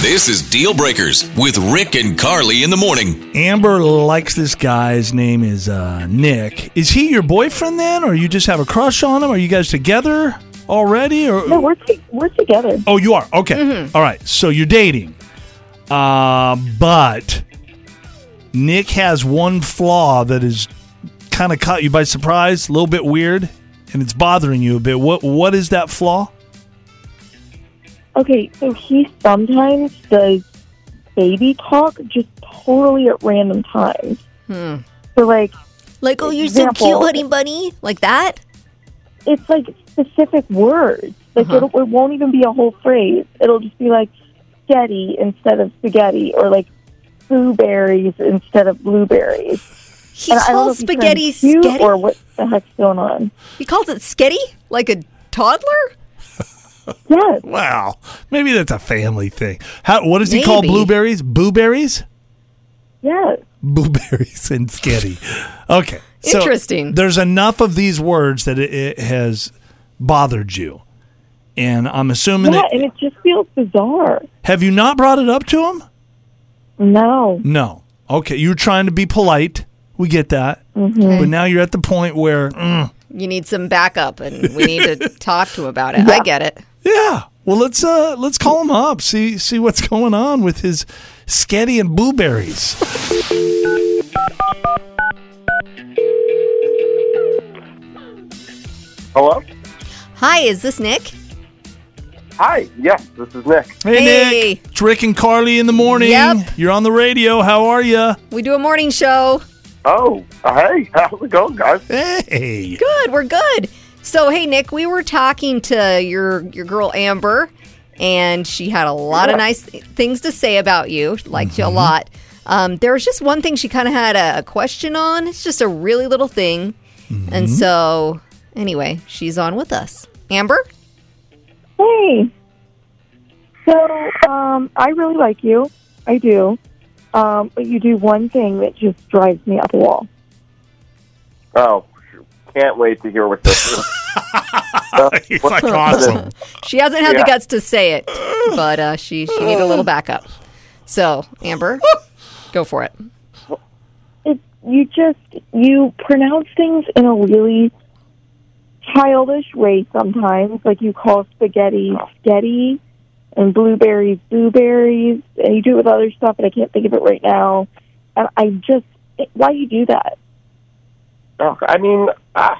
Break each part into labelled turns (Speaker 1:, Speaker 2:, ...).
Speaker 1: This is Deal Breakers with Rick and Carly in the morning.
Speaker 2: Amber likes this guy. His name is uh, Nick. Is he your boyfriend then, or you just have a crush on him? Are you guys together already? Or
Speaker 3: No, we're t- we're together.
Speaker 2: oh, you are. Okay. All right. So you're dating, uh, but Nick has one flaw that has kind of caught you by surprise, a little bit weird, and it's bothering you a bit. What What is that flaw?
Speaker 3: Okay, so he sometimes does baby talk just totally at random times.
Speaker 4: Hmm.
Speaker 3: So like
Speaker 4: Like, oh, you're so
Speaker 3: Example.
Speaker 4: cute, honey bunny. Like that?
Speaker 3: it's like specific words. Like
Speaker 4: Uh-huh.
Speaker 3: it'll, it won't even be a whole phrase. It'll just be like spaghetti instead of spaghetti, or like blueberries instead of blueberries.
Speaker 4: He
Speaker 3: I don't know
Speaker 4: calls
Speaker 3: if he's trying to be
Speaker 4: spaghetti
Speaker 3: cute
Speaker 4: sketty.
Speaker 3: or what the heck's going on.
Speaker 4: he calls it sketty? Like a toddler?
Speaker 3: Yes,
Speaker 2: Wow. Maybe that's a family thing. How? What does he call
Speaker 4: Maybe.
Speaker 2: blueberries? Booberries?
Speaker 3: yes.
Speaker 2: blueberries and skitty. Okay. so
Speaker 4: Interesting.
Speaker 2: There's enough of these words that it, it has bothered you. And I'm assuming
Speaker 3: Yeah,
Speaker 2: that.
Speaker 3: and it just feels bizarre.
Speaker 2: have you not brought it up to him?
Speaker 3: No.
Speaker 2: No. Okay. You're trying to be polite. We get that.
Speaker 4: Mm-hmm.
Speaker 2: But now you're at the point where, mm,
Speaker 4: You need some backup, and we need to talk to him about it. I get it.
Speaker 2: yeah. Well, let's uh let's call him up. See see what's going on with his sketty and blueberries.
Speaker 5: Hello?
Speaker 4: Hi, is this Nick?
Speaker 5: Hi. Yes, this is Nick.
Speaker 2: Hey,
Speaker 4: Hey.
Speaker 2: Nick, it's Rick and Carly in the morning.
Speaker 4: Yep.
Speaker 2: You're on the radio. How are you?
Speaker 4: We do a morning show.
Speaker 5: Oh, hey, how's it going, guys?
Speaker 2: Hey.
Speaker 4: Good, we're good. So, hey, Nick, we were talking to your your girl Amber, and she had a lot of nice things to say about you. Liked you a lot. Um, there was just one thing she kind of had a, a question on. It's just a really little thing, and so anyway, she's on with us. Amber,
Speaker 3: Hey. So, um, I really like you. I do. Um, but you do one thing that just drives me up a wall.
Speaker 5: Oh, can't wait to hear what this is. Uh,
Speaker 2: He's
Speaker 5: what-
Speaker 2: like awesome.
Speaker 4: she hasn't had the
Speaker 5: Yeah.
Speaker 4: guts to say it, but uh, she she needed a little backup. So, Amber, go for it.
Speaker 3: It, you just, you pronounce things in a really childish way sometimes. Like you call spaghetti spaghetti and blueberries blueberries. And you do it with other stuff, but I can't think of it right now. And I just, why you do that?
Speaker 5: oh, I mean, uh,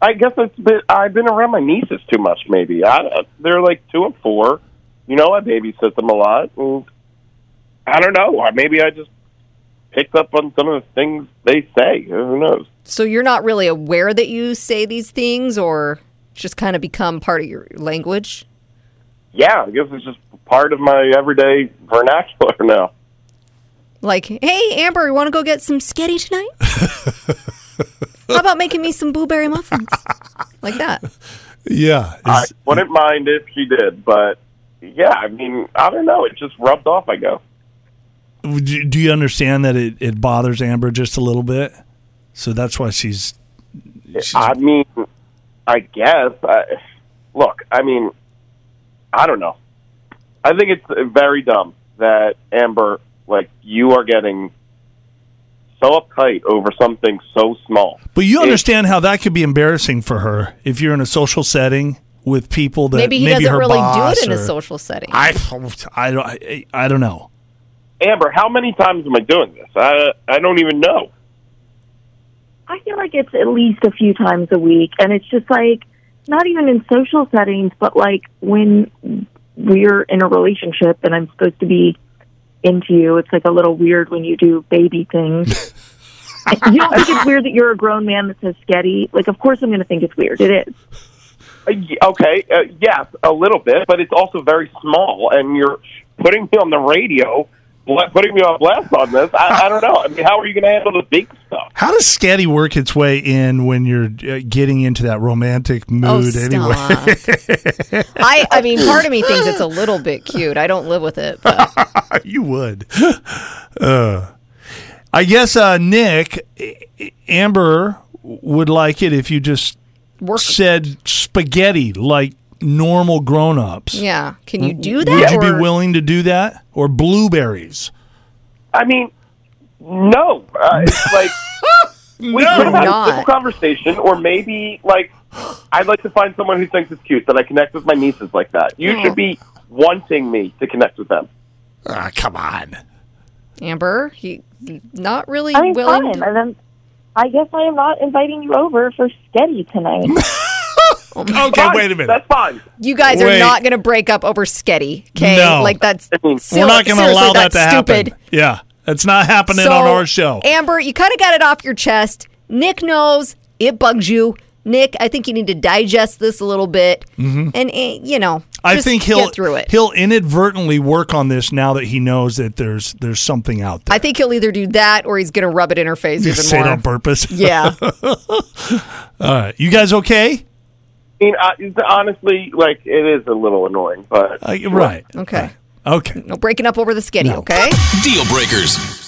Speaker 5: I guess it's been, I've been around my nieces too much, maybe. I, uh, they're like two and four. You know, I babysit them a lot. And I don't know. Or Maybe I just picked up on some of the things they say. Who knows?
Speaker 4: So you're not really aware that you say these things, or it's just kind of become part of your language.
Speaker 5: Yeah, I guess it's just part of my everyday vernacular now.
Speaker 4: Like, hey, Amber, you want to go get some sketty tonight? How about making me some blueberry muffins? Like that.
Speaker 2: Yeah.
Speaker 5: I
Speaker 2: is-
Speaker 5: wouldn't mind if she did, but yeah, I mean, I don't know. It just rubbed off, I guess.
Speaker 2: do, do you understand that it, it bothers Amber just a little bit? So that's why she's. she's
Speaker 5: I mean, I guess. I, look, I mean, I don't know. I think it's very dumb that Amber, like, you are getting so uptight over something so small.
Speaker 2: but you understand how that could be embarrassing for her if you're in a social setting with people that
Speaker 4: Maybe he doesn't
Speaker 2: her
Speaker 4: really do
Speaker 2: boss
Speaker 4: it in a
Speaker 2: or-
Speaker 4: social setting.
Speaker 2: I, I, don't- I, I don't know.
Speaker 5: Amber, how many times am I doing this? I I don't even know.
Speaker 3: I feel like it's at least a few times a week, and it's just like not even in social settings, but like when we're in a relationship and I'm supposed to be into you, it's like a little weird when you do baby things. you don't think it's weird that you're a grown man that says sketty? Like, of course I'm going to think it's weird. It is.
Speaker 5: Uh, y- Okay, uh, yes, a little bit, but it's also very small, and you're putting me on the radio, bla- putting me on blast on this. I, I don't know. I mean, how are you going to handle the big stuff?
Speaker 2: How does sketty work its way in when you're uh, getting into that romantic mood
Speaker 4: oh,
Speaker 2: anyway?
Speaker 4: stop. I, I mean, part of me thinks it's a little bit cute. I don't live with it. But
Speaker 2: you would. Uh, I guess uh, Nick, A- A- Amber would like it if you just
Speaker 4: work,
Speaker 2: said spaghetti like normal grown ups.
Speaker 4: Yeah. Can you do
Speaker 2: Would
Speaker 4: that?
Speaker 2: you
Speaker 4: or-
Speaker 2: be willing to do that? Or blueberries?
Speaker 5: I mean, no. Uh, it's like we
Speaker 2: No.
Speaker 5: could have had a
Speaker 4: Not.
Speaker 5: simple conversation, or maybe like I'd like to find someone who thinks it's cute that I connect with my nieces like that. You should be wanting me to connect with them.
Speaker 2: Ah, come on.
Speaker 4: Amber, he not really
Speaker 3: I mean,
Speaker 4: willing.
Speaker 3: fine. And then I guess I am not inviting you over for steady tonight.
Speaker 2: Okay,
Speaker 5: Fine,
Speaker 2: wait a minute.
Speaker 5: That's fine.
Speaker 4: You guys
Speaker 2: Wait.
Speaker 4: are not going to break up over sketty, okay?
Speaker 2: No.
Speaker 4: Like that's
Speaker 5: We're
Speaker 2: We're not going to
Speaker 4: seriously,
Speaker 2: allow that
Speaker 4: that's
Speaker 2: to
Speaker 4: stupid.
Speaker 2: happen. Yeah, that's not happening on our show.
Speaker 4: Amber, you kind of got it off your chest. Nick knows it bugs you. Nick, I think you need to digest this a little bit, and eh, you know,
Speaker 2: Mm-hmm. I
Speaker 4: just
Speaker 2: think he'll
Speaker 4: get through it.
Speaker 2: he'll inadvertently work on this now that he knows that there's there's something out there.
Speaker 4: I think he'll either do that or he's going to rub it in her face
Speaker 2: You
Speaker 4: even
Speaker 2: say it
Speaker 4: more.
Speaker 2: on purpose.
Speaker 4: Yeah,
Speaker 2: All right, you guys okay?
Speaker 5: I mean, I, it's- honestly, like it is a little annoying, but
Speaker 2: Uh, right.
Speaker 4: Okay.
Speaker 2: Okay.
Speaker 4: no breaking up over the sketty, okay?
Speaker 1: Deal breakers.